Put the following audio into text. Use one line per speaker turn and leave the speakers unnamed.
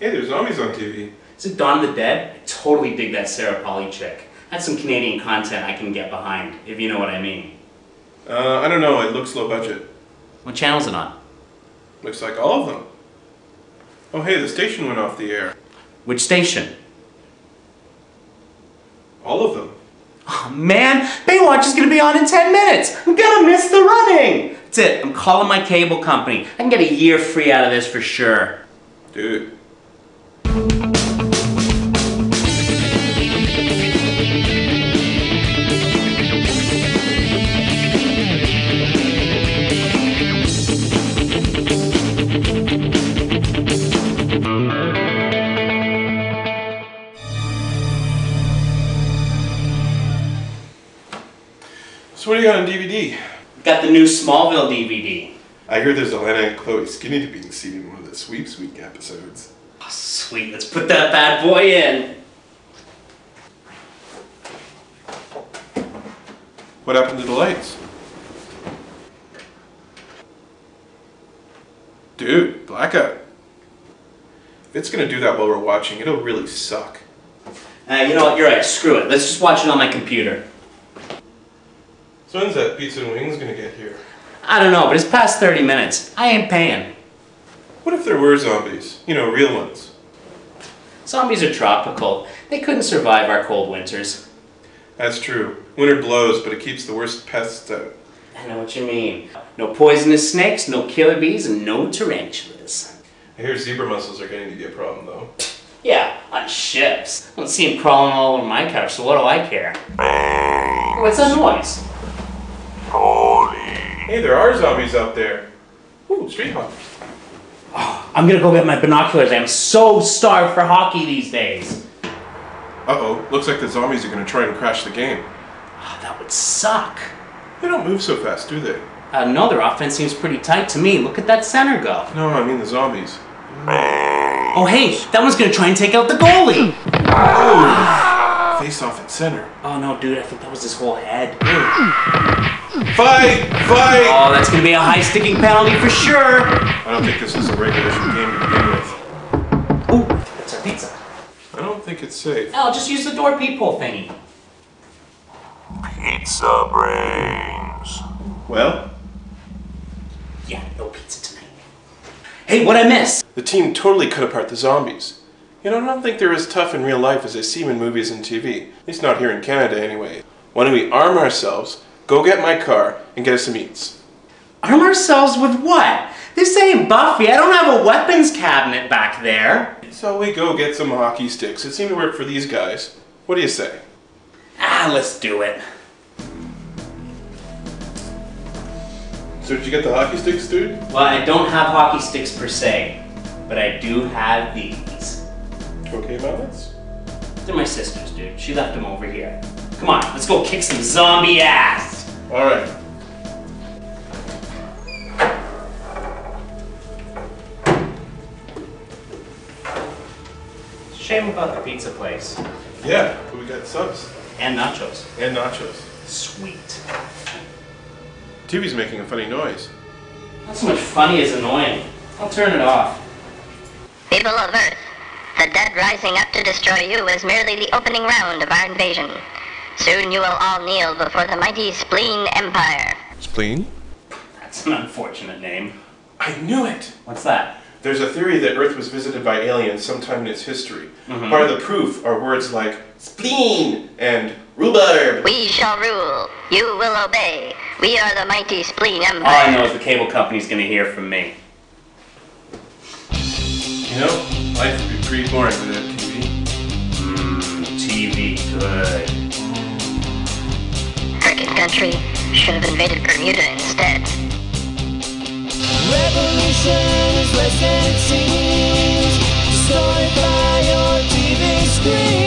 Yeah, there's zombies on TV.
Is it Dawn of the Dead? I totally dig that Sarah Polly chick. That's some Canadian content I can get behind, if you know what I mean.
Uh, I don't know. It looks low budget.
What channel's it on?
Looks like all of them. Oh, hey, the station went off the air.
Which station?
All of them.
Oh man, Baywatch is gonna be on in 10 minutes! I'm gonna miss the running! That's it, I'm calling my cable company. I can get a year free out of this for sure.
Dude. So what do you got on DVD?
Got the new Smallville DVD.
I hear there's Alana and Chloe Skinny to being seen in one of the Sweeps Week episodes.
Oh, sweet, let's put that bad boy in.
What happened to the lights? Dude, blackout. If it's gonna do that while we're watching, it'll really suck.
Uh, you know what, you're right, screw it. Let's just watch it on my computer.
So when's that pizza and wings gonna get here?
I don't know, but it's past 30 minutes. I ain't paying.
What if there were zombies? You know, real ones.
Zombies are tropical. They couldn't survive our cold winters.
That's true. Winter blows, but it keeps the worst pests out.
I know what you mean. No poisonous snakes, no killer bees, and no tarantulas.
I hear zebra mussels are getting to be a problem though.
Yeah, on ships. I don't see them crawling all over my couch, so what do I care? What's that noise?
Hey, there are zombies out there. Ooh, street hoppers.
I'm gonna go get my binoculars. I'm so starved for hockey these days.
Uh-oh, looks like the zombies are gonna try and crash the game.
Ah, that would suck.
They don't move so fast, do they?
Uh, no, their offense seems pretty tight to me. Look at that center go.
No, I mean the zombies.
Oh, hey, that one's gonna try and take out the goalie.
Face off at center.
Oh no, dude, I think that was his whole head.
Fight! Fight!
Oh, that's gonna be a high sticking penalty for sure.
I don't think this is a regulation game to begin with.
Ooh, that's our pizza.
I don't think it's safe.
Al, just use the door peephole thingy.
Pizza brains.
Well,
Yeah, no pizza tonight. Hey, what I miss?
the team totally cut apart the zombies. You know, I don't think they're as tough in real life as they seem in movies and TV. At least not here in Canada, anyway. Why don't we arm ourselves, go get my car, and get us some eats?
Arm ourselves with what? This ain't Buffy. I don't have a weapons cabinet back there.
So we go get some hockey sticks. It seemed to work for these guys. What do you say?
Ah, let's do it.
So did you get the hockey sticks, dude?
Well, I don't have hockey sticks per se, but I do have these.
Okay, mallets?
They're my sister's, dude. She left them over here. Come on, let's go kick some zombie ass.
Alright.
Shame about the pizza place.
Yeah, we got subs
And nachos.
and nachos.
Sweet.
TV's making a funny noise.
Not so much funny as annoying. I'll turn it off.
People of Earth, the dead rising up to destroy you is merely the opening round of our invasion. Soon you will all kneel before the mighty Spleen Empire.
Spleen?
That's an unfortunate name.
I knew it!
What's that?
There's a theory that Earth was visited by aliens sometime in its history. Part of the proof are words like spleen and rhubarb.
We shall rule. You will obey. We are the mighty Spleen Empire.
All I know is the cable company's gonna hear from me.
You know, life would be pretty boring without TV.
TV good.
Cricket Country should have invaded Bermuda instead.
Revolution is less than it seems. Destroyed by your TV screen.